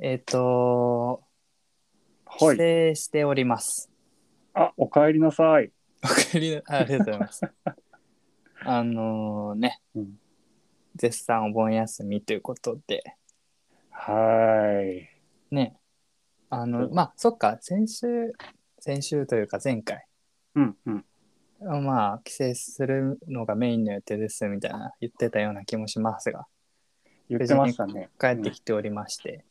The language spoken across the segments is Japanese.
えっ、と、は帰い。省しており ます。あ、お帰りなさい。お帰りなあありがとうござい ます。あのね、うん絶賛お盆休みということで、はい。ね、あの、うんまあ、そっか、先週、先週というか前回、うんうん。まあ、帰省するのがメインの予定ですみたいな言ってたような気もしますが、言ってましたね。帰ってきておりまして、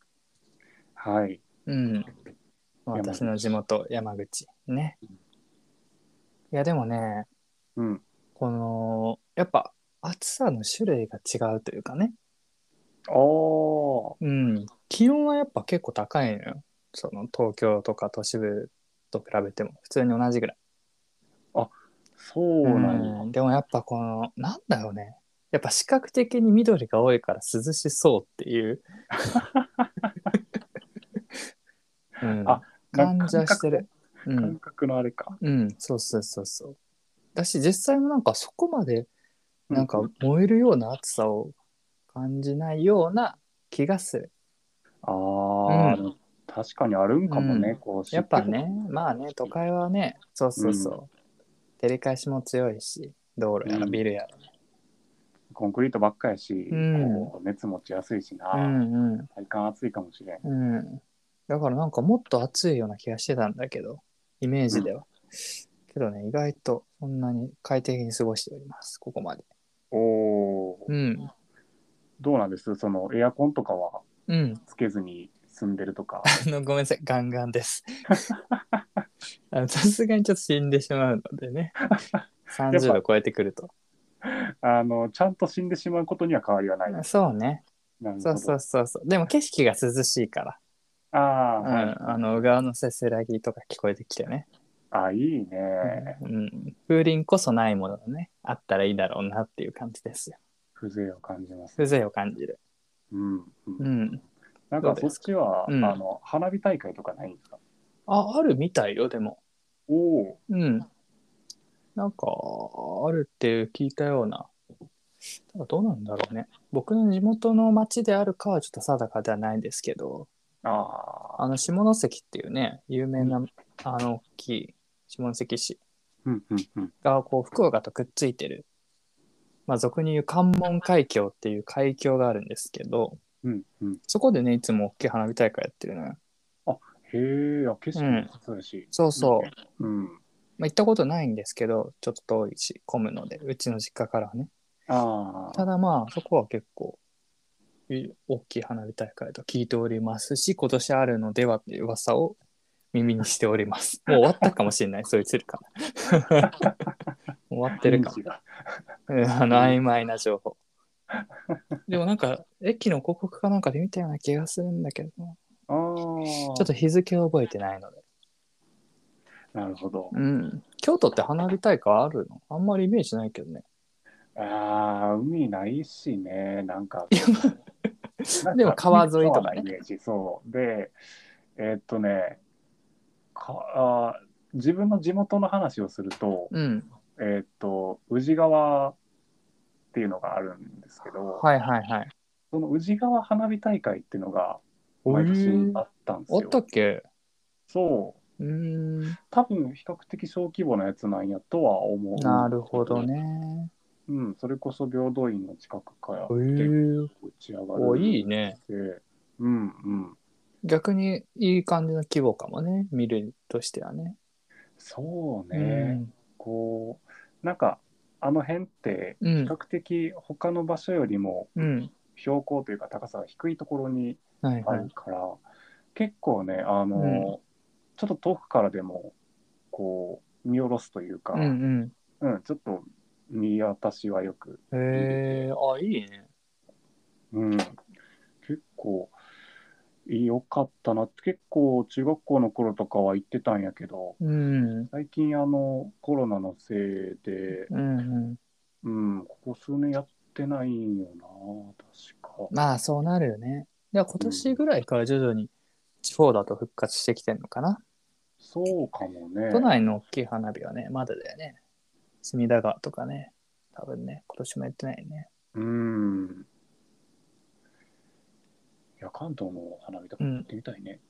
はい。うん。まあ山口私の地元、山口。ね。いや、でもね、うん。この、やっぱ暑さの種類が違うというかね。おー。うん。気温はやっぱ結構高いのよ。その東京とか都市部と比べても、普通に同じぐらい。そうなんや。うんでもやっぱこの、なんだろうね。やっぱ視覚的に緑が多いから涼しそうって いう。うん、あ感じはしてる。うん、感覚のあれか。うん、そうそうそうそう。だし、実際もなんかそこまで、なんかう燃えるような暑さを感じないような気がする。あー、う確かにあるんかもね、うんこう。やっぱ。ね、まあね、都会はね、そうそうそう。照り返しも強いし、道路やらうんビルやら。コンクリートばっかやし、うんこう熱持ちやすいしな、うんう体感暑いかもしれん。ん。うん。だからなんかもっと暑いような気がしてたんだけど、イメージでは。けどね、意外とそんなに快適に過ごしております、ここまで。おー。うん。どうなんですそのエアコンとかはうん。つけずに住んでる とか。あのごめんなさい、ガンガンです。あのさすがにちょっと死んでしまうのでね。30度超えてくると。あの、ちゃんと死んでしまうことには変わりはない。なるそうね。ほどそうそうそうそう。でも景色が涼しいから。ああ、はいうん。あの、小川のせせらぎとか聞こえてきてね。あ、いいね。うん。風鈴こそないものだね。あったらいいだろうなっていう感じですよ。風情を感じます。風情を感じる。うん。うんうん。なんどうかでそっすちは、うんあの花火大会とかないんですかあ、あるみたいよ、でも。おおうん。なんか、あるって聞いたような。ただどうなんだろうね。僕の地元の町であるかはちょっと定かではないんですけど、ー。ああ。あの、下関っていうね、有名な、あの、大きい下関市うんうんうん。が、こう、福岡とくっついてる、まあ、俗に言う関門海峡っていう海峡があるんですけど、うんうん。そこでね、いつも大きい花火大会やってるのよ。へえ、あ景色も良さそうだし。そうそう。うん。まあ、行ったことないんですけど、ちょっと遠いし、混むので、うちの実家からはね。あたあ。だまあそこは結構い大きい花火大会と聞いておりますし今年あるのではっていう噂を耳にしておりますもう終わったかもしれないそいつるかな終わってるか雰囲気がもうん あの曖昧な情報 でもなんか駅の広告かなんかで見たような気がするんだけどなああ。ちょっと日付を覚えてないのでなるほど。うん京都って花火大会あるのあんまりイメージないけどねああ、海ないしね、なんか。でも川沿いとかねね。イメージそう。で、えーっとねかあー、自分の地元の話をすると、うんえーっと、宇治川っていうのがあるんですけど、はいはいはいその宇治川花火大会っていうのがお毎年ーあったんですあよ。ったっけそう。うーん多分比較的小規模なやつなんやとは思う。なるほど。ね。うん、それこそ平等院の近くかえら結ー、構打ち上がる。おいいね。で、うんうん。逆にいい感じの規模かもね、見るとしてはね。そうね。こう、なんか、あの辺って、うん。う比ん較的他の場所よりもうん。標高というか高さが低いところにはいあはいる。から、結構ね、あうんの、ちょっと遠くからでも、こう、見下ろすというか、うんうん。うん、ちょっと見渡しはよく、へえー、あ、いいね。うん、結構良かったなって結構中学校の頃とかは行ってたんやけどうん。最近あのコロナのせいで、うんうん、うん、ここ数年やってないんよな確かまあそうなるよね。では今年ぐらいから徐々に地方だと復活してきてるのかな。そうかもね都内の大きい花火はね、まだだよね。隅田川とかね、多分ね、今年もやってないね。うんいやや、関東の花火とか行ってみたいね。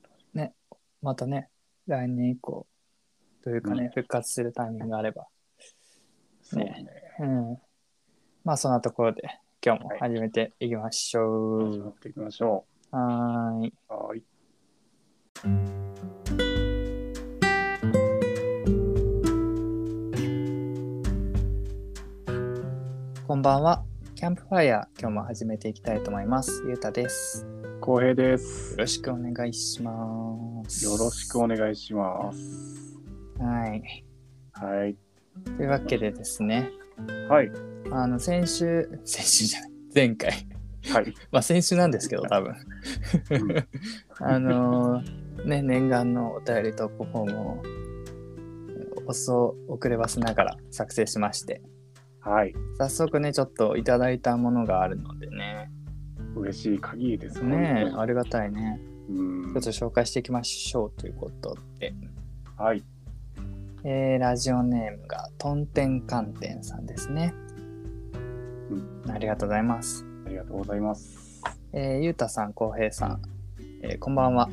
またね、来年以降、というかね、うん復活するタイミングがあれば。そうね。うん。まあ、そんなところで、今日も始めていきまし始まょっていきましょう。はーい。う。はい。こんばんは。キャンプファイヤー、今日も始めていきたいと思います。ゆうたです。浩平でよす。ろしくお願いします。よろしくお願いします。はい。はい。というわけでですね、はい。あの、先週、 先週じゃない、前回。 はい。まあ、先週なんですけど、多分。うんあのーね、念願のお便りトップフォームを遅遅ればせながら作成しましてはい。早速ねちょっといただいたものがあるのでね嬉しい限りですねえありがたいねうんちょっと紹介していきましょうということで、はい。えーラジオネームがとんてんかんてんさんですね、ありがとうございます、ありがとうございます。えーゆうたさんこうへいさん、えーこんばんは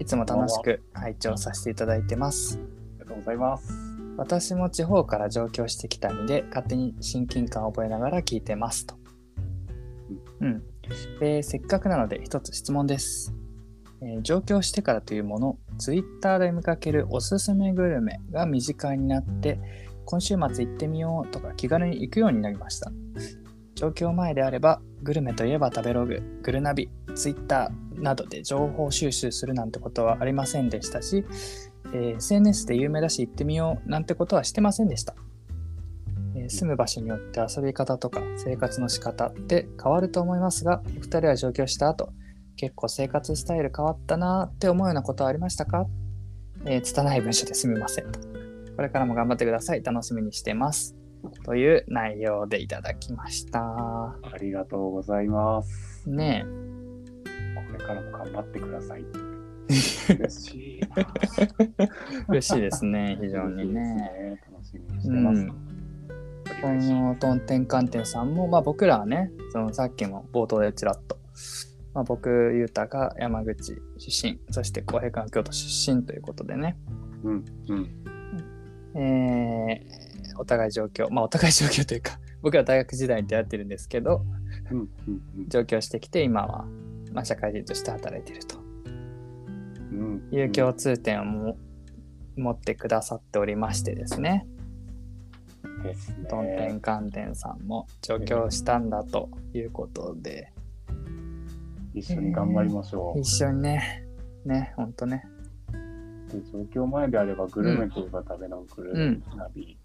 いつも楽しく拝聴させていただいてますありがとうございます。私も地方から上京してきた身で勝手に親近感を覚えながら聞いてますと。うん、でせっかくなので一つ質問です、えー上京してからというもの Twitter で見かけるおすすめグルメが身近になって今週末行ってみようとか気軽に行くようになりました上京前であればグルメといえば食べロググルナビ Twitter などで情報収集するなんてことはありませんでしたしえー SNS で有名だし行ってみようなんてことはしてませんでした、えー住む場所によって遊び方とか生活の仕方って変わると思いますがお二人は上京した後結構生活スタイル変わったなーって思うようなことはありましたかえー、拙い文章ですみませんとこれからも頑張ってください楽しみにしてますという内容でいただきましたありがとうございます。ねこれからも頑張ってください。嬉しいな。え嬉しいです ね非常に嬉しいですねね。楽しみにしてます。うんおこ願いしまのトンテンカンテンさんも、まあ、僕らはねそのさっきも冒頭でちらっと、まあ、僕ゆうたが山口出身そして浩平君は京都出身ということでね、すうんうんえーお互い上京まあお互い上京というか 僕ら大学時代に出会ってるんですけどうんうん上京してきて今は、まあ、社会人として働いてるとうん。いう共通点をも持ってくださっておりましてですねですね。とんてんかんてんさんも上京したんだということで。一緒に頑張りましょう。一緒にねねほんとねで状況前であればグルメといえば食べのグうルんメナビ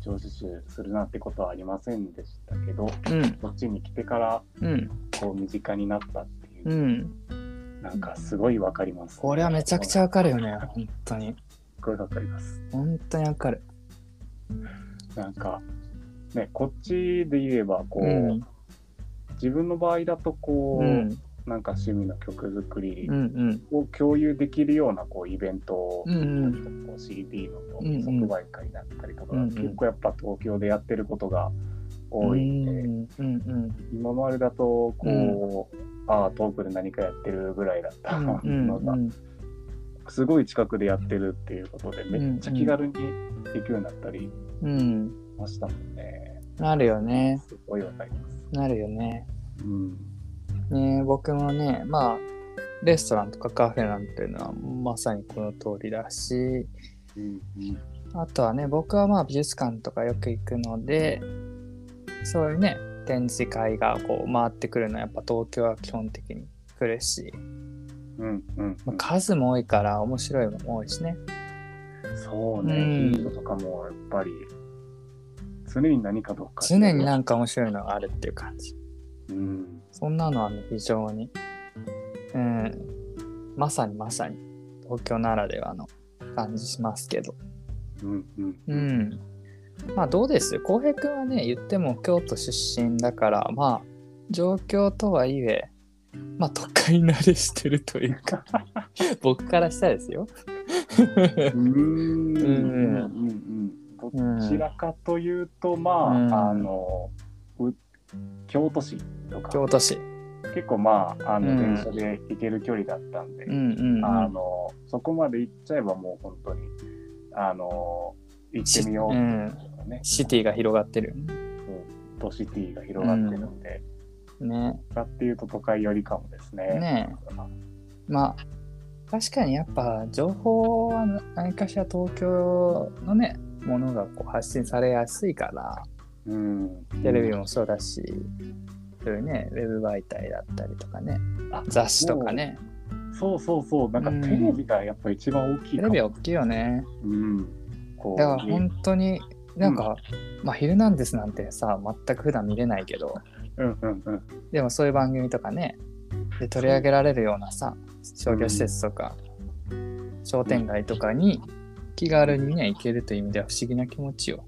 上手集するなんてことはありませんでしたけど、うんこっちに来てからうんこう身近になったっていうう、んなんかすごいわかります、これはめちゃくちゃわかるよね本当にすごいわかります。本当にわかるなんかねこっちで言えばこうう、ん自分の場合だとこうう、んなんか趣味の曲作りうんうんを共有できるようなこうイベントを、うんうんこう CD のうんうん即売会だったりとか、うんうん結構やっぱ東京でやってることがう多いんで、んうん今までだとこう、ああトークで何かやってるぐらいだったのが、うんすごい近くでやってるっていうことでめっちゃ気軽に行くようになったりうんましたもんね。なるよねすごいわかります。なるよねうんね僕もねまあレストランとかカフェなんていうのはまさにこの通りだしうんうんあとはね、僕はまあ美術館とかよく行くので、そういうね、展示会がこう回ってくるのはやっぱ東京は基本的に来るし、うんうんまあ、数も多いから面白いのも多いしね。そうね、うん頻度とかもやっぱり常に何かどっか常になんか面白いのがあるっていう感じ。うんそんなのはね、非常に、うん、まさにまさに東京ならではの感じしますけど。うんうんうん。まあどうです浩平君はね、言っても京都出身だから、まあ、上京とはいえ、まあ都会慣れしてるという か、僕からしたらですよ。うーんうんうんうんどちらかというとまあ、うんあのう京都市とか京都市。結構まあ、あうの、ん電車で行ける距離だったんで、うんうんうん。あの、そこまで行っちゃえばもう本当に、あの、行ってみようしうんっていうのね、シティが広がってるよね。都市ティが広がってるんで、ねだっていうと都会よりかもですね。ねまあ確かにやっぱ情報はな何かしら東京のねものがこう発信されやすいからうん。テレビもそうだしそういうねウェブ媒体だったりとかねあ雑誌とかねそうそうそう、なんかうんテレビがやっぱ一番大きいテかレも。ビは大きいよねうん。こうだから本当になんか、まあ「ヒルナンデス」なんてさ全く普段見れないけどうんうんうん。でもそういう番組とかねで取り上げられるようなさ商業施設とか、商店街とかに気軽にね行けるという意味では不思議な気持ちよ、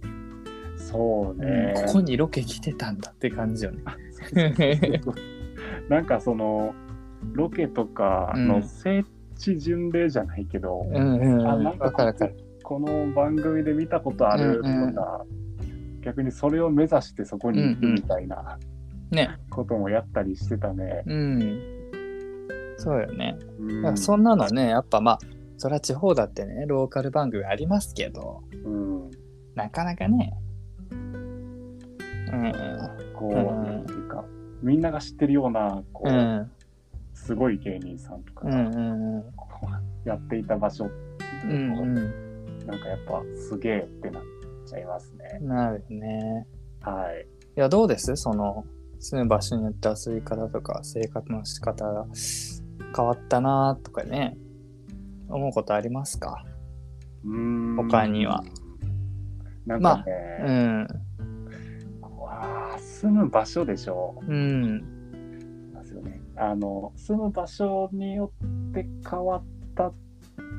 そううんね。ここにロケ来てたんだって感じよねなんかそのロケとかの聖地巡礼じゃないけど、 うんうんあうんなわんかかるわかるこの番組で見たことあるとか、逆にそれを目指してそこに行くみたいなねこともやったりしてたね。うんそうよねうだんからそんなのねやっぱまあそれは地方だってねローカル番組ありますけどうんなかなかねうんこう、うんなんていうかみんなが知ってるようなこうう、んすごい芸人さんとかうんうがんうんこうやっていた場所、うんうんなんかやっぱすげえってなっちゃいますね。なるよね。はい。いや、どうですその、住む場所によって遊び方とか生活の仕方が変わったなとかね、思うことありますかうーん他には。なんかうね、ん。わあ住む場所でしょうん。う。ですよね。あの住む場所によって変わったっ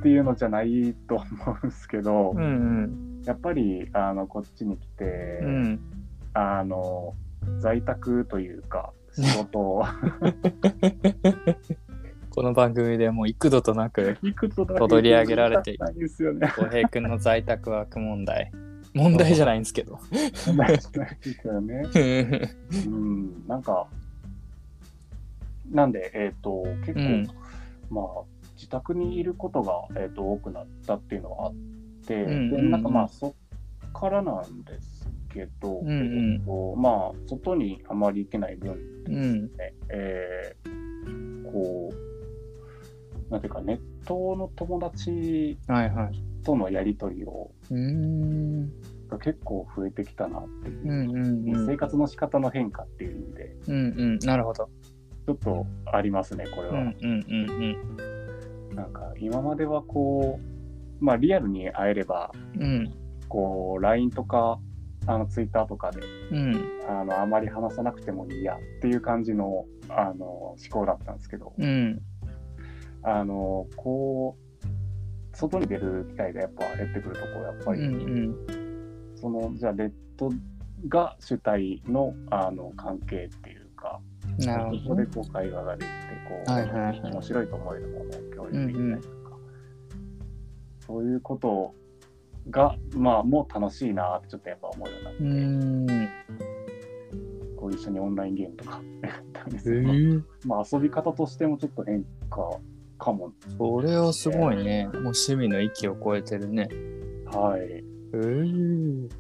ていうのじゃないと思うんですけど、うんうん。やっぱりあのこっちに来て、うん。あの在宅という か仕事を この番組でもう幾度となく、いくつだけ取り上げられていいないんですよね。 浩平君の在宅ワーク問題。 問題じゃないんですけど。ないですよね。うん、なんか、なんで、えっ、と、結構、うんまあ、自宅にいることが、えー、と多くなったっていうのはあって、んうんうでんなんかまあ、そっからなんですけど、うんうんえーとまあ、外にあまり行けない分、うん。ね、えーこう、なんていうか、ネットの友達はいはい。とのやり取りを、うーん。が結構増えてきたなっていうう、んうんうん。生活の仕方の変化っていう意味で、うんうん。なるほど。ちょっとありますね、これうんは。うんうんなんか今まではこう、まあ、リアルに会えれば、うん。うん。こう、LINE とか、あの、Twitter とかで、うん。あの、あまり話さなくてもいいやっていう感じの、あの、思考だったんですけど、うん。あの、こう、外に出る機会がやっぱ減ってくると、こう、やっぱり、うんその、じゃあ、ネットが主体の、あの、関係っていうか、うん。なるほどそこねで。こう会話ができてこう、はいはいはい面白いと思えるものを共有できたりとか、そういうことがまあもう楽しいなってちょっとやっぱ思うようになっうて、ーん。こう一緒にオンラインゲームとかやったんですえけど、 まあ遊び方としてもちょっと変化かもそれはすごいね。もう趣味の域を超えてるね。はいえ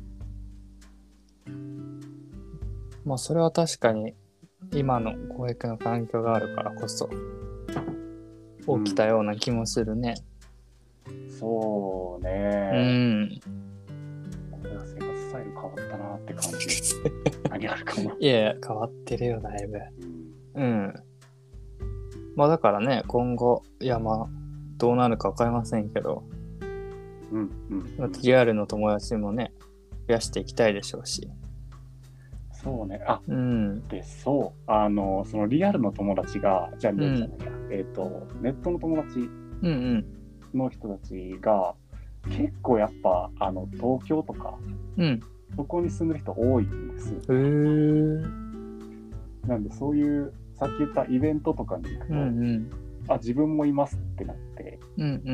まあそれは確かに今の公益の環境があるからこそ起きたような気もするね。そううね、ん。これが生活スタイル変わったなって感じ何あるかも、いやいや、変わってるよ、だいぶ。うんうん。まあだからね、今後、いやまあ、どうなるかわかりませんけど、うん うんだってリアルの友達もね、増やしていきたいでしょうし。そうねあうん。でそうあのそのリアルの友達がじゃあ、んじゃないやえっ、とネットの友達うんうん。の人たちが結構やっぱあの東京とかうん。そこに住んでる人多いんですよへーなんでそういうさっき言ったイベントとかに行くと、うんうん。あ自分もいますってなってうんう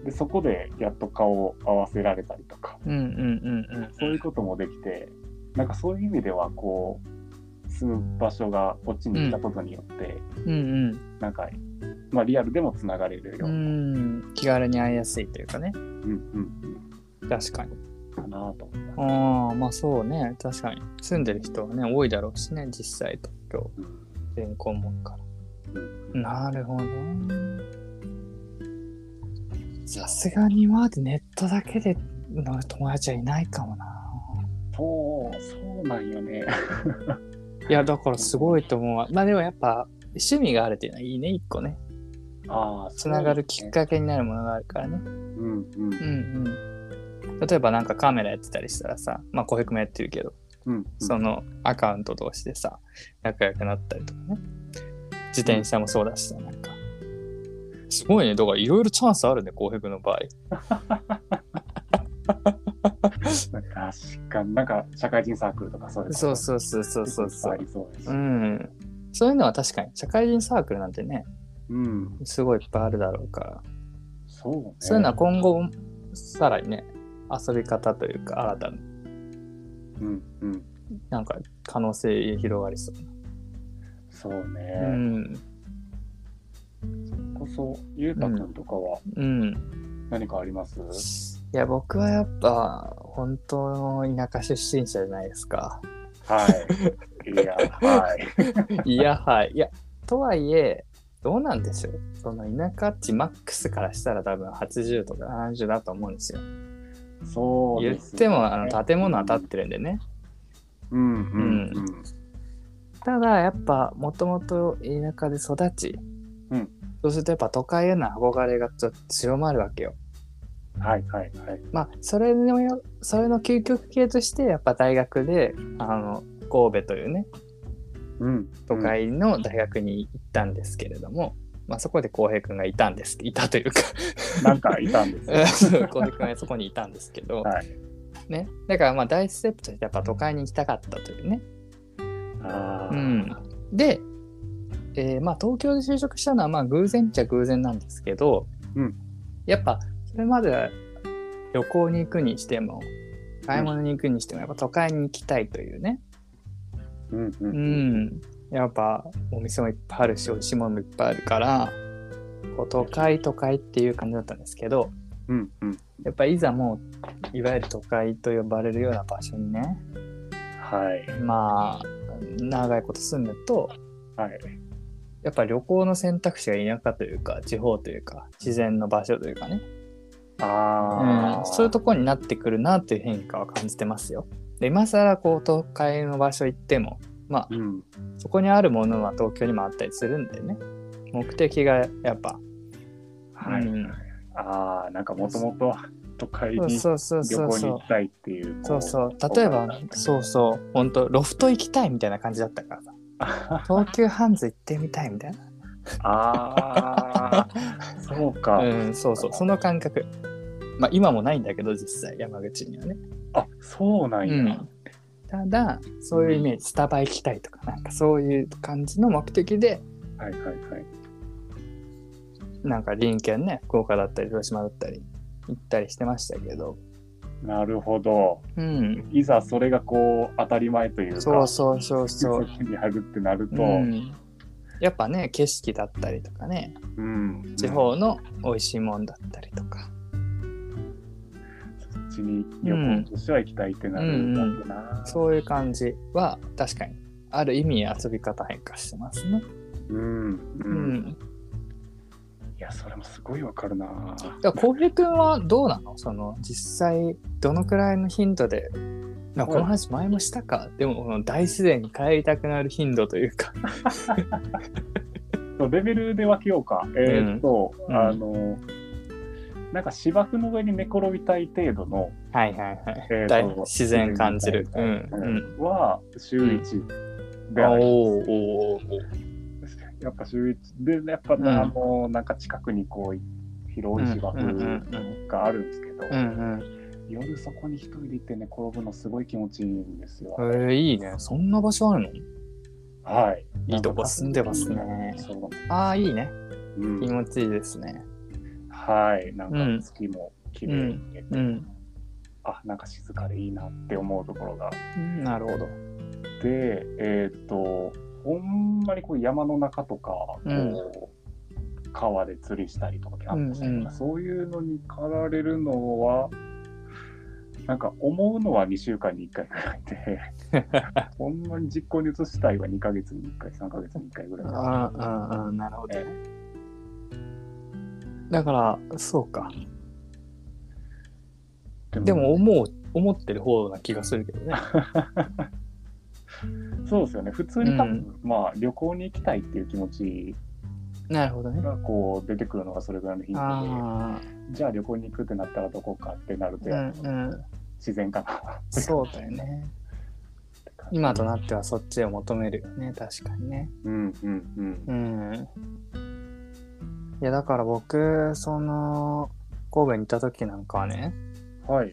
んでそこでやっと顔を合わせられたりとかうん。うんうんうんうん。そういうこともできてなんかそういう意味ではこう住む場所がこっちに来たことによって、うんなんか、まあ、リアルでもつながれるよううな、ん。うん。気軽に会いやすいというかね。うんうん確かに。うん、かなと思います、ああ、まあそうね。確かに。住んでる人はね、多いだろうしね、実際東京。うん全校門かうんら。なるほどね。さすがに今までネットだけでの友達はいないかもな。そう、そうなんよね。 いや、だからすごいと思うわ。まあでもやっぱ、趣味があるっていうのはいいね、一個ね。ああ、つながるきっかけになるものがあるからね。け。うんうんうんうん。例えばなんかカメラやってたりしたらさ、まあ、小平君もやってるけど、うんうん。そのアカウント同士でさ、仲良くなったりとかね。自転車もそうだしさ、なんか。すごいね、だからいろいろチャンスあるね、小平君の場合。確かに、なんか社会人サークルとかそういうのそうそうそうそうそうそういっぱいあ。りそうです。うん。そういうのは確かに、社会人サークルなんてね、うん。すごいいっぱいあるだろうから。そうね。そういうのは今後、さらにね、遊び方というか、新たな、うんうん。なんか可能性広がりそう。そううね。ん。こそ、ゆうたくんとかはうん。何かありますいや僕はやっぱ本当の田舎出身者じゃないですか。はい。いや、はい。いやはい。いやとはいえどうなんでしょうその田舎っちマックスからしたら多分80とか70だと思うんですよ。そう言でっす、てもあの建物は建ってるんでね。うんうんうん。ただやっぱもともと田舎で育ち、うんそうするとやっぱ都会への憧れがちょっと強まるわけよ。はいはいはい。まあそれのよそれの究極系としてやっぱ大学であの神戸というねうん。都会の大学に行ったんですけれども、まあ、そこで浩平君がいたんですいたというかなんかいたんですよ。浩平君は そこにいたんですけど、はいね、だからまあ大ステップとしてやっぱ都会に行きたかったというね。あうーん、で、えーまあ、東京で就職したのはまあ偶然っちゃ偶然なんですけど、うんやっぱそれまでは旅行に行くにしても買い物に行くにしてもやっぱ都会に行きたいというね、うんう。うんん、やっぱお店もいっぱいあるし美味しいものもいっぱいあるからこう都会都会っていう感じだったんですけどうんうん。やっぱいざもういわゆる都会と呼ばれるような場所にねはいまあ長いこと住むとはい。やっぱ旅行の選択肢が田舎というか地方というか自然の場所というかね、あうあ。ん、そういうとこになってくるなという変化は感じてますよ。で今更こう都会の場所行ってもまあうん。そこにあるものは東京にもあったりするんだよね。目的がやっぱ。はい。うんああ、なんかもともと都会そうにそうそう旅そう行にそ行うき。たいっていう。。そうそうう。例えば、そうそう。本当ロフト行きたいみたいな感じだったからさ。あ東急ハンズ行ってみたいみたいな。あー、そうか。 うん、そうそう。その感覚。まあ、今もないんだけど、実際、山口にはね。あ、そうなんや。うんただ、そういうイメージ、スタバ行きたいとか、なんかそういう感じの目的で、はいはいはい。なんか隣県ね、福岡だったり、広島だったり、行ったりしてましたけど。なるほど。うん。いざそれがこう当たり前というか、そうそうそうそう。そこにあるってなると、うん、やっぱね景色だったりとかねうん地方の美味しいもんだったりとか、そっちに旅行としては行きたいってなるんだってな。そういう感じは確かにある意味遊び方変化してますね。うん、ううん、ん、いや、それもすごいわかるな。だから浩平君はどうなのその実際どのくらいの頻度でまあこの話前もしたか、でもこの大自然に帰りたくなる頻度というか、レベルで分けようか。えーっと、うんあの、なんか芝生の上に寝転びたい程度の、はいはいはい、えー大そう自然感じる。自う然んうんは週1であありおーおーおーおーます、やっぱ週1で、やっぱ、うんあの、なんか近くにこう、広い芝うんうん生があるんですけど、うんうん夜そこに一人で行ってね、転ぶのすごい気持ちいいんですよ。えー、いいねそんな場所あるのはい。いいとこ住んでますねそう、ああいいねうん気持ちいいですね。はい。なうんんか月も綺麗に見えて、うん、あ、なんか静かでいいなって思うところがなるほど。でで、えーっと、ほんまにこう山の中とか、こううん川で釣りしたりとかキャンプしたりとうんか、うんそういうのに駆られるのは、なんか思うのは2週間に1回ぐらい で、ほんまに実行に移したいは2ヶ月に1回、3ヶ月に1回ぐらい。あーあー、あーなるほどえ。だから、そうか。えでも、思う、思ってる方な気がするけどね。そうですよね。普通に多分、うんまあ旅行に行きたいっていう気持ちなるほどね。がこう出てくるのがそれぐらいの頻度あで、じゃあ旅行に行くってなったらどこかってなるあ、と、うんうん。自然かな。 そうだよね。今となってはそっちを求めるよね、確かにね。うんうんうん。うん。いや、だから僕、その、神戸にいた時なんかはね、はい。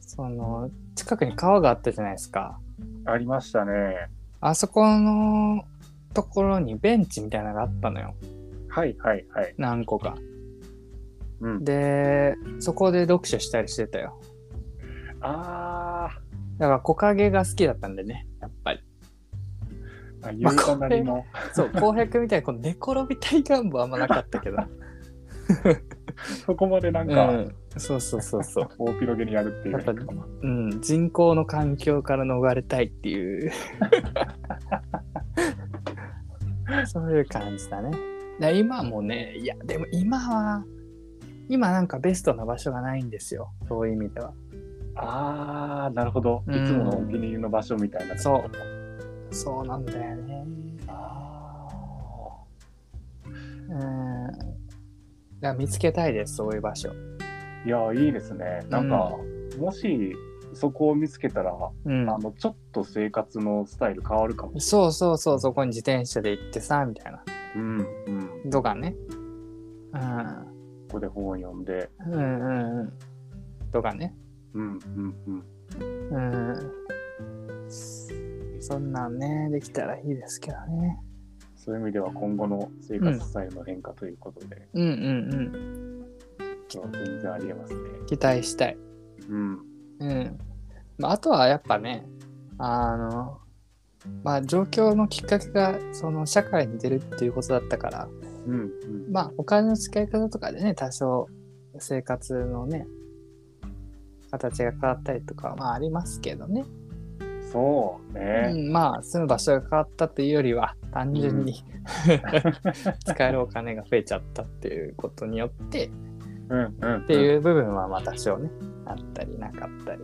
その、近くに川があったじゃないですか。ありましたね。あそこのところにベンチみたいなのがあったのよ。はいはいはい。何個か。うん、で、そこで読書したりしてたよ。あーだから木陰が好きだったんでね、やっぱり。あ、夕方なりの。 そう、浩平君みたいにこの寝転びたい願望はあんまなかったけど。そこまでなんうか、ん。そうそうそうそう。大広げにやるっていう。やっぱうん、人工の環境から逃れたいっていう そういう感じだねだ今もねいやでも今は今なんかベストな場所がないんですよそういう意味ではああ、なるほど。ういんつものお気に入りの場所みたいな。そうそうなんだよねあうんだから見つけたいですそういう場所ーいやー、いいですね。なんか、もしそこを見つけたら、うんあのちょっと生活のスタイル変わるかも。そうそうそうそこに自転車で行ってさみたいなうんうん。とかねうんここで本を読んで。うんうんうんとかねうんうんうん。そんなんね、できたらいいですけどね。うん。そういう意味では今後の生活スタイルの変化ということで、うんうんうん。今日は全然ありえますね。期待したい。うん。うん。まあ、あとはやっぱね、あの、まあ、状況のきっかけが、その、社会に出るっていうことだったから、うんうん。まあ、お金の使い方とかでね、多少、生活のね、形が変わったりとかは、まあ、ありますけどね。そううね。ん、まあ、住む場所が変わったというよりは、単純に、使えるお金が増えちゃったっていうことによって、うんうん。っってういん。う部分はまあ多少ねあったりなかったり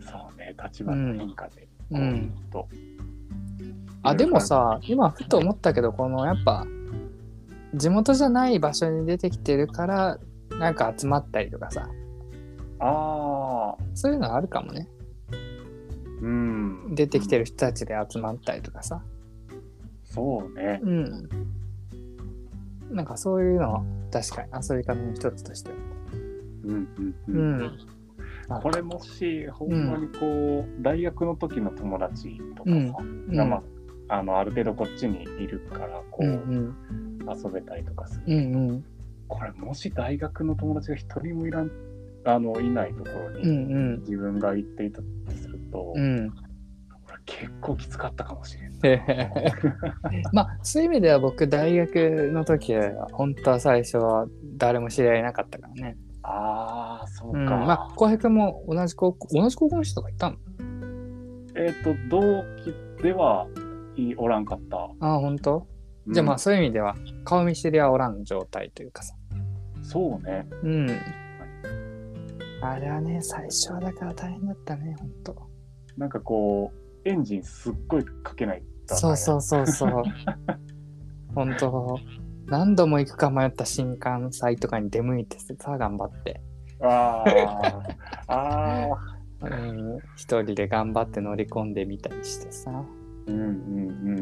そうね。立場の変化で。うんうんこう。あでもさ今ふと思ったけどこのやっぱ地元じゃない場所に出てきてるからなんか集まったりとかさああ。そういうのはあるかもねうん。出てきてる人たちで集まったりとかさそうね。うんなんかそういうのは確かに遊び方の一つとしてうんううんうん。んこれもし、ほんまにこう、大学の時の友達とかさ、うんがまあ、あのある程度こっちにいるからこうう、ん遊べたりとかする、うんうんこれもし大学の友達が一人もいらんあのいないところうんうにん自分が行っていたとすると、うんうんこれ結構きつかったかもしれんへへへまあそういう意味では僕大学の時は本当は最初は誰も知り合いなかったからね、ああそううか、ん、まあ浩平君も同じ高校同じ高校の人とかいたのえっ、と同期ではいおらんかった、ああ本当、じゃあまうあそういう意味では顔見知りはおらん状態というかさんそうねうんあれはね最初はだから大変だったね本当なんかこうエンジンすっごいかけないとそうそうそうそう 本当何度も行くか迷った新幹線とかに出向いてさ頑張ってあーあーうん、一人で頑張って乗り込んでみたりしてさ、うんうんうん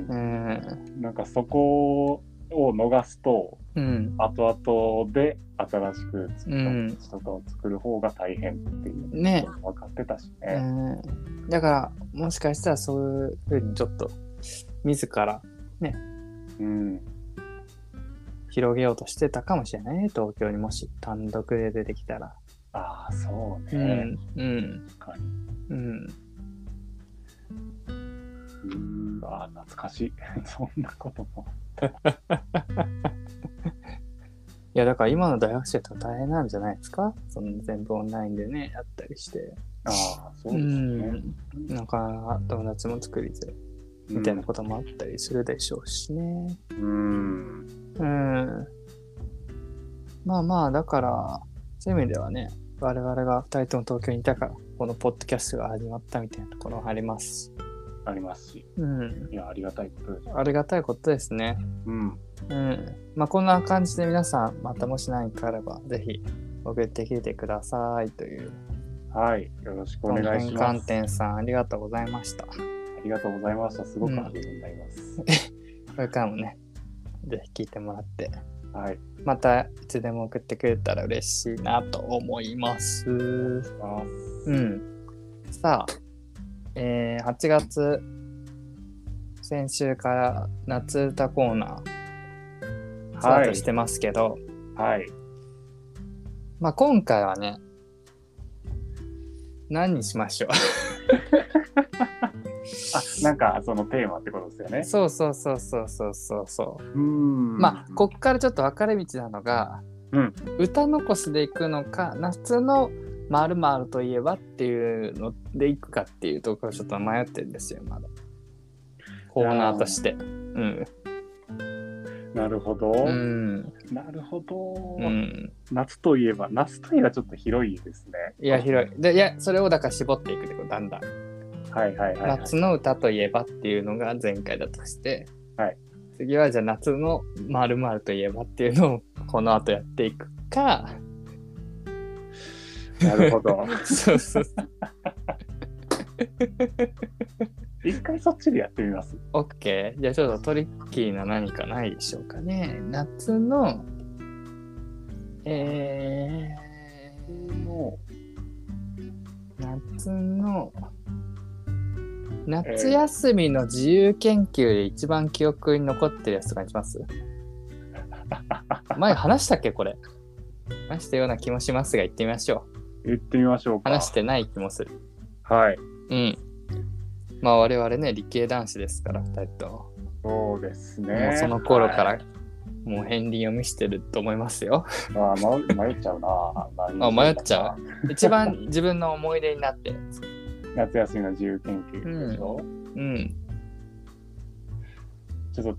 うん、なんかそこを逃すとうん、後々で新しく作った友達とかを作る方が大変っていうねのも分かってたしうね。ん、だからもしかしたらそういうふうにちょっと自らうん、広げようとしてたかもしれないね東京にもし単独で出てきたら、ああそううね、んうん確かにうんうん、あー懐かしい。 そんなことも。いや、だから今の大学生とか大変なんじゃないですかその全部オンラインでね、やったりして。ああ、そうですね。ん。なかなか友達も作りづらいみたいなこともあったりするでしょうしね。と。うん。うん。まあまあ、だから、そういう意味ではね、我々が2人とも東京にいたから、このポッドキャストが始まったみたいなところもあります。ありますし。うん。いや、ありがたいことです。ありがたいことですね。うん。うん。まあ、こんな感じで皆さん、またもし何かあれば、ぜひ送ってきてくださいという。はい。よろしくお願いしま観す。あ点さん、ありがとうございました。こりがとうございました。すごく励みになります。れからもね、ぜひ聞いてもらって、はい。またいつでも送ってくれたら嬉しいなと思います。うあん。さあ、えー8月、先週から夏歌コーナー、スタートしてますけど、はい。まあ今回はね、何にしましょあ、なんか、そのテーマってことですよう。ね。そうそうそうそうそうそうそうう。ーん。まあこっからちょっと分かれ道なのが、うん歌残しでいくのか夏のまるまるといえばっていうのでいくかっていうところちょっと迷ってるんですよまだコーナーとしてうんなるほど。うんなるほど。うん夏といえば、夏といえばちょっと広いですね。いや広いでいやそれをだから絞っていくってことだんだんはいはいはい、はい。夏の歌といえばっていうのが前回だとして、はい次はじゃあ夏のまるまるといえばっていうのをこの後やっていく かなるほど。そうそう一回そっちでやってみます。 OK じゃあちょっとトリッキーな何かないでしょうかね夏のえもー、夏の夏休みの自由研究で一番記憶に残ってるやつとかにします前話したっけこれ話したような気もしますが言ってみましょうう、言ってみましょうか。話してない気もするはい。うんまあ我々ね理系男子ですから2人ともそうですね。もうその頃かはい。らもう片鱗を見せてると思います よあー迷迷っちゃうな。あ迷っちゃ一番自分の思い出になって夏休みの自由研究でしょ。うんちょっ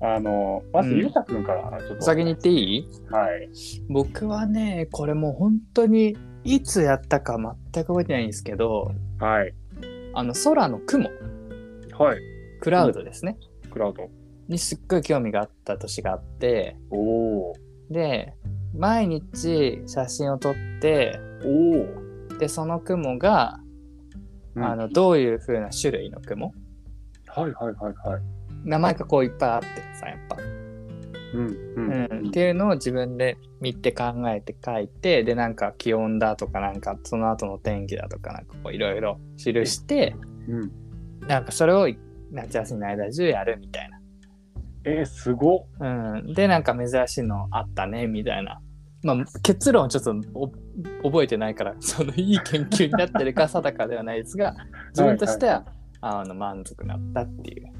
と、あの、まず、うんゆうたくんから、ちょっと。先に言っていいはい。僕はねこれもう本当にいつやったか全く覚えてないんですけどはい。あの空の雲はい。クラウドですね、クラウド。にすっごい興味があった年があっておお。で毎日写真を撮っておお。でその雲が、うんあのどういう風な種類の雲はいはいはいはい。名前がこういっぱいあってさやっぱ、うんうんうん、っていうのを自分で見て考えて書いてでなんか気温だとかなんかその後の天気だとかなんかこういろいろ記してうん。なんかそれを夏休みの間中やるみたいえー、すごっ。な、うん、でなんか珍しいのあったねみたいな、まあ、結論はちょっとお覚えてないからそのいい研究になって るか定かではないですが自分としてははあの満足だったっていういはい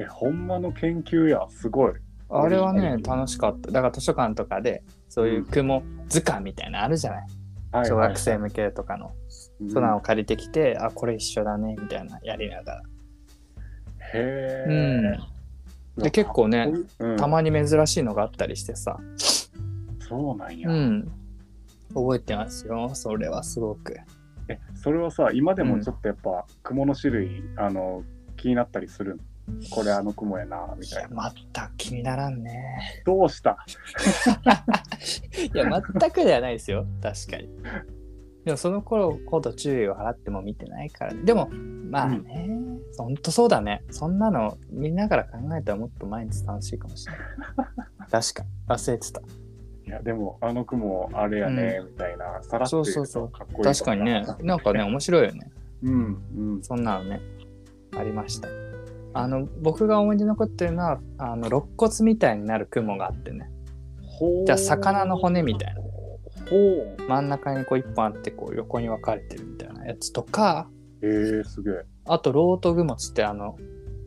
え、ほんまの研究や、すごい。あれはねうん楽しかっただから図書館とかでそういう雲図鑑みたいなのあるじゃないはい小学生向けとかのうんそんなのを借りてきて、あこれ一緒だねみたいなやりながら、へえ、うん、で結構ねうんたまに珍しいのがあったりしてさ、そうなんや、うん、覚えてますよそれはすごくえそれはさ今でうもんちょっとやっぱ、雲の種類あの気になったりするんこれあの雲やないみたいやな全く気にならん ねどうしたいや全くではないですよ確かにでもその頃ほど注意を払っても見てないからでもまあね、ほんとそうだねそんなの見ながら考えたらもっと毎日楽しいかもしれない 確かに忘れてたいやでもあの雲あれやね、みたいなさらっと言そううそとうかっこいい確かにねなんかね面白いよねうんうんそんなのね、ありました。あの、僕が思い出に残ってるのは、あの、肋骨みたいになる雲があってね、ほうじゃあ魚の骨みたいなほう真ん中にこう一本あって、こう横に分かれてるみたいなやつとか、えー、すげえ。あと、ロートグモチって、あの、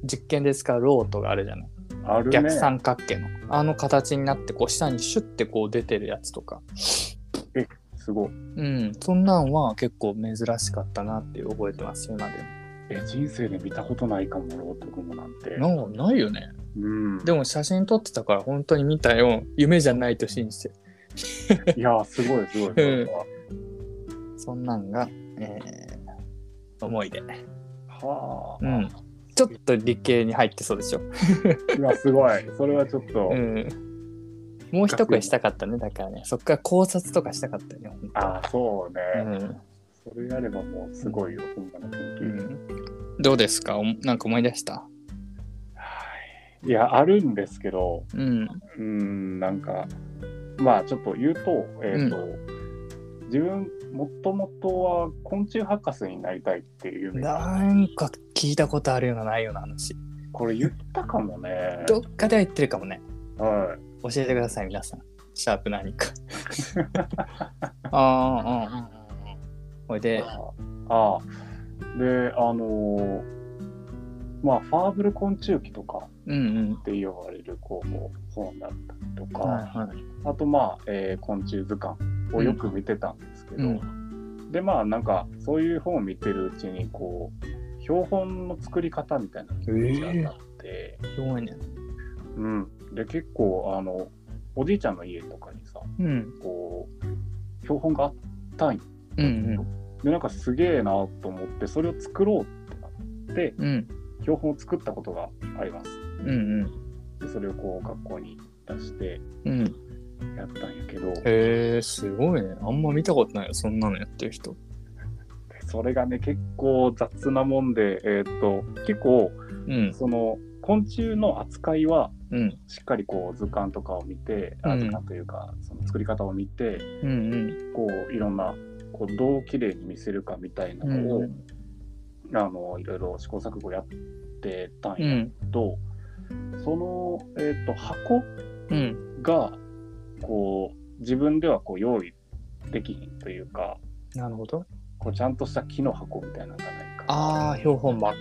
実験で使うロートがあるじゃない。あるね。逆三角形の。あの形になって、こう、下にシュッてこう出てるやつとか。すごい。うん。そんなんは結構珍しかったなっていう覚えてます、今でえ、人生で見たことないかも、ロートグモなんて。も。なないよね。うん。でも写真撮ってたから本当に見たよ。夢じゃないと信じて。いやー、すごい、すごい。それはそんなんが、えー思い出。はあ。うん。ちょっと理系に入ってそうでしょ。いや、すごい。それはちょっと、うん。もう一声したかったね。だからね、そっから考察とかしたかったね。本当はああ、そうね。うんそれやればもうすごいよ、本場の研う究。ん。どうですかおなんか思い出したはいいや、あるんですけど、うん。うーん、なんか、まあちょっと言うと、えっ、と、自分、もともとは昆虫博士になりたいっていう夢がなんか聞いたことあるようなないような話。これ言ったかもね。どっかでは言ってるかもね。は教えてください、皆さん。シャープ何か。ああ、うんうんうんうん。ほいい。で、ああ。で、あのーまあ、ファーブル昆虫記とかうんうん。って呼ばれるこう本だったりとか、はいはい。あとまあ、えー昆虫図鑑をよく見てたんですけど、うでまあなんかそういう本を見てるうちにこう標本の作り方みたいな気持ちになって、すごいね。うん、で結構あのおじいちゃんの家とかにさうん。こう標本があったんようんでなんかすげえなと思ってそれを作ろうってなってうん。うん。標本を作ったことがありますうんでそれをこう学校に出してうん。うん。やったんやけどへえ、すごいね。あんま見たことないよ、そんなのやってる人。それがね結構雑なもんで、えーっと結構うん。その昆虫の扱いはうん。しっかりこう図鑑とかを見て、うあん図鑑というかその作り方を見てうんうん。こういろんなこうどう綺麗に見せるかみたいなのを、うんあのいろいろ試行錯誤やってたんうやん。けど、その、えー、と箱うん。がこう自分ではこう用意できひんというかなるほど。こうちゃんとした木の箱みたいなのがないかああ、標本箱。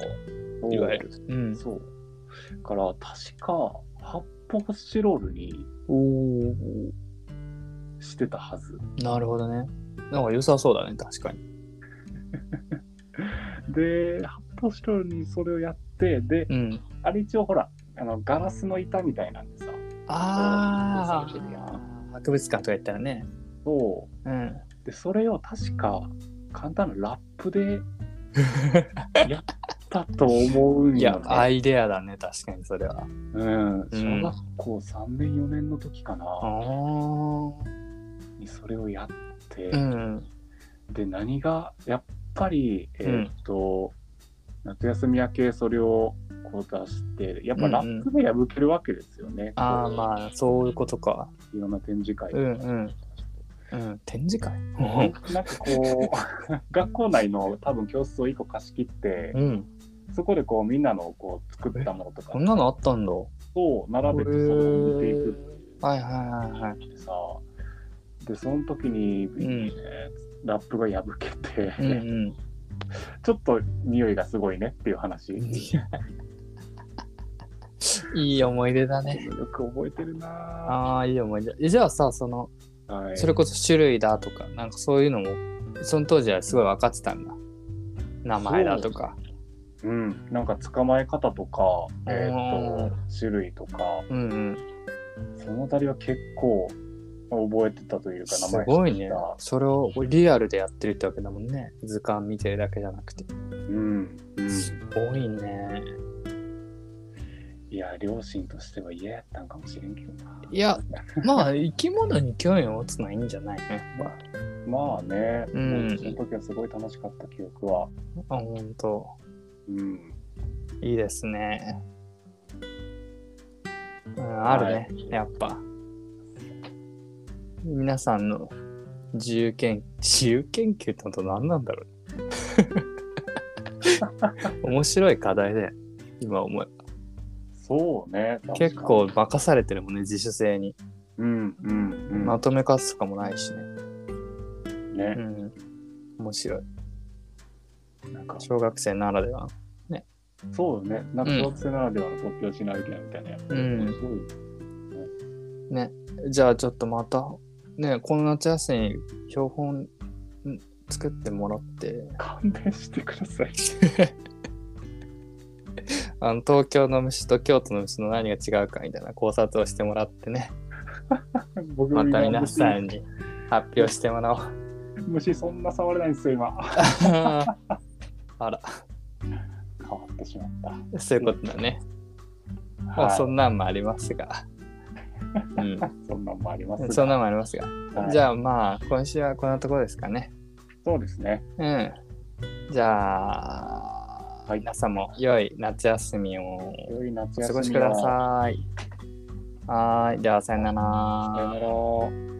そういわゆる。うん。そうだから確か発泡スチロールにおお。してたはずなるほどね。なんか良さそうだね、確かに。で発泡スチロールにそれをやってでうん。あれ一応ほらあのガラスの板みたいなんでさあそうそうそうあ。博物館とか行ったらね。そうん。うでそれを確か簡単なラップ でやったと思うんいや、やね、、アイデアだね、確かにそれは。うん、小学校3年4年の時かああな、にそれをやって、うん。で何がやっぱりえーっと、夏休み明けそれをこう出してやっぱラップで破けるわけですよね、こうああ、まあ、そういうことか。いろんな展示会とうかんうん。うん。展示会なんかこう 学校内の多分教室を1個貸し切ってうん。そこでこうみんなのこう作ったものとかこんなのあったんだ。はを並べてその見ていくっていはいはいはい。いうさでその時に、んえーラップが破けて、うんうん。 ちょっと匂いがすごいねっていう話 よいい思い出だね。く覚えてるなああ、いい思い出。えじゃあさ、その、ぁ、はい、それこそ種類だとか、なんかそういうのも、その当時はすごい分かってたんだ。名前だとか。うんなんか捕まえ方とか、えーと種類とかうんうん。そのあたりは結構覚えてたというかすごい知ってねた。それをリアルでやってるってわけだもんね。図鑑見てるだけじゃなくて。うん、すごいね。いや両親としては嫌やったんかもしれんけどないや、まあ、生き物に興味を持つのはいいんじゃないね。まあね、うんその時はすごい楽しかった記憶はあ、本当。うんいいですね。うん、あるね、やっぱ。皆さんの自由研自由研究って本当何なんだろ う。面白い課題で、今思えばそうね確かに結構任されてるもんね、自主性に。うんうんうん、まとめ活とかもないしね。ねうん。面白い。なんか、小学生ならでは。そうよね。なんか小学生ならではの突拍子なるけなみたいなやつ。うんすごい。じゃあちょっとまた、ね、この夏休み、標本ん作ってもらって、勘弁してください。あの東京の虫と京都の虫の何が違うかみたいな考察をしてもらってね、僕また今皆さ虫んに発表してもらおう。虫そんな触れないんですよ、今。あら、変わってしまった。そういうことだね。まあはいそんなんもありますが。うんそんなんもあり ますそんなんもありますが。じゃゃあまあ、今週はこんなところですかね。そうですね。うん。じゃあ、はい皆さんも良い夏休みを良い夏お過休みをごしください。はーい。では、さよなら。さよなら。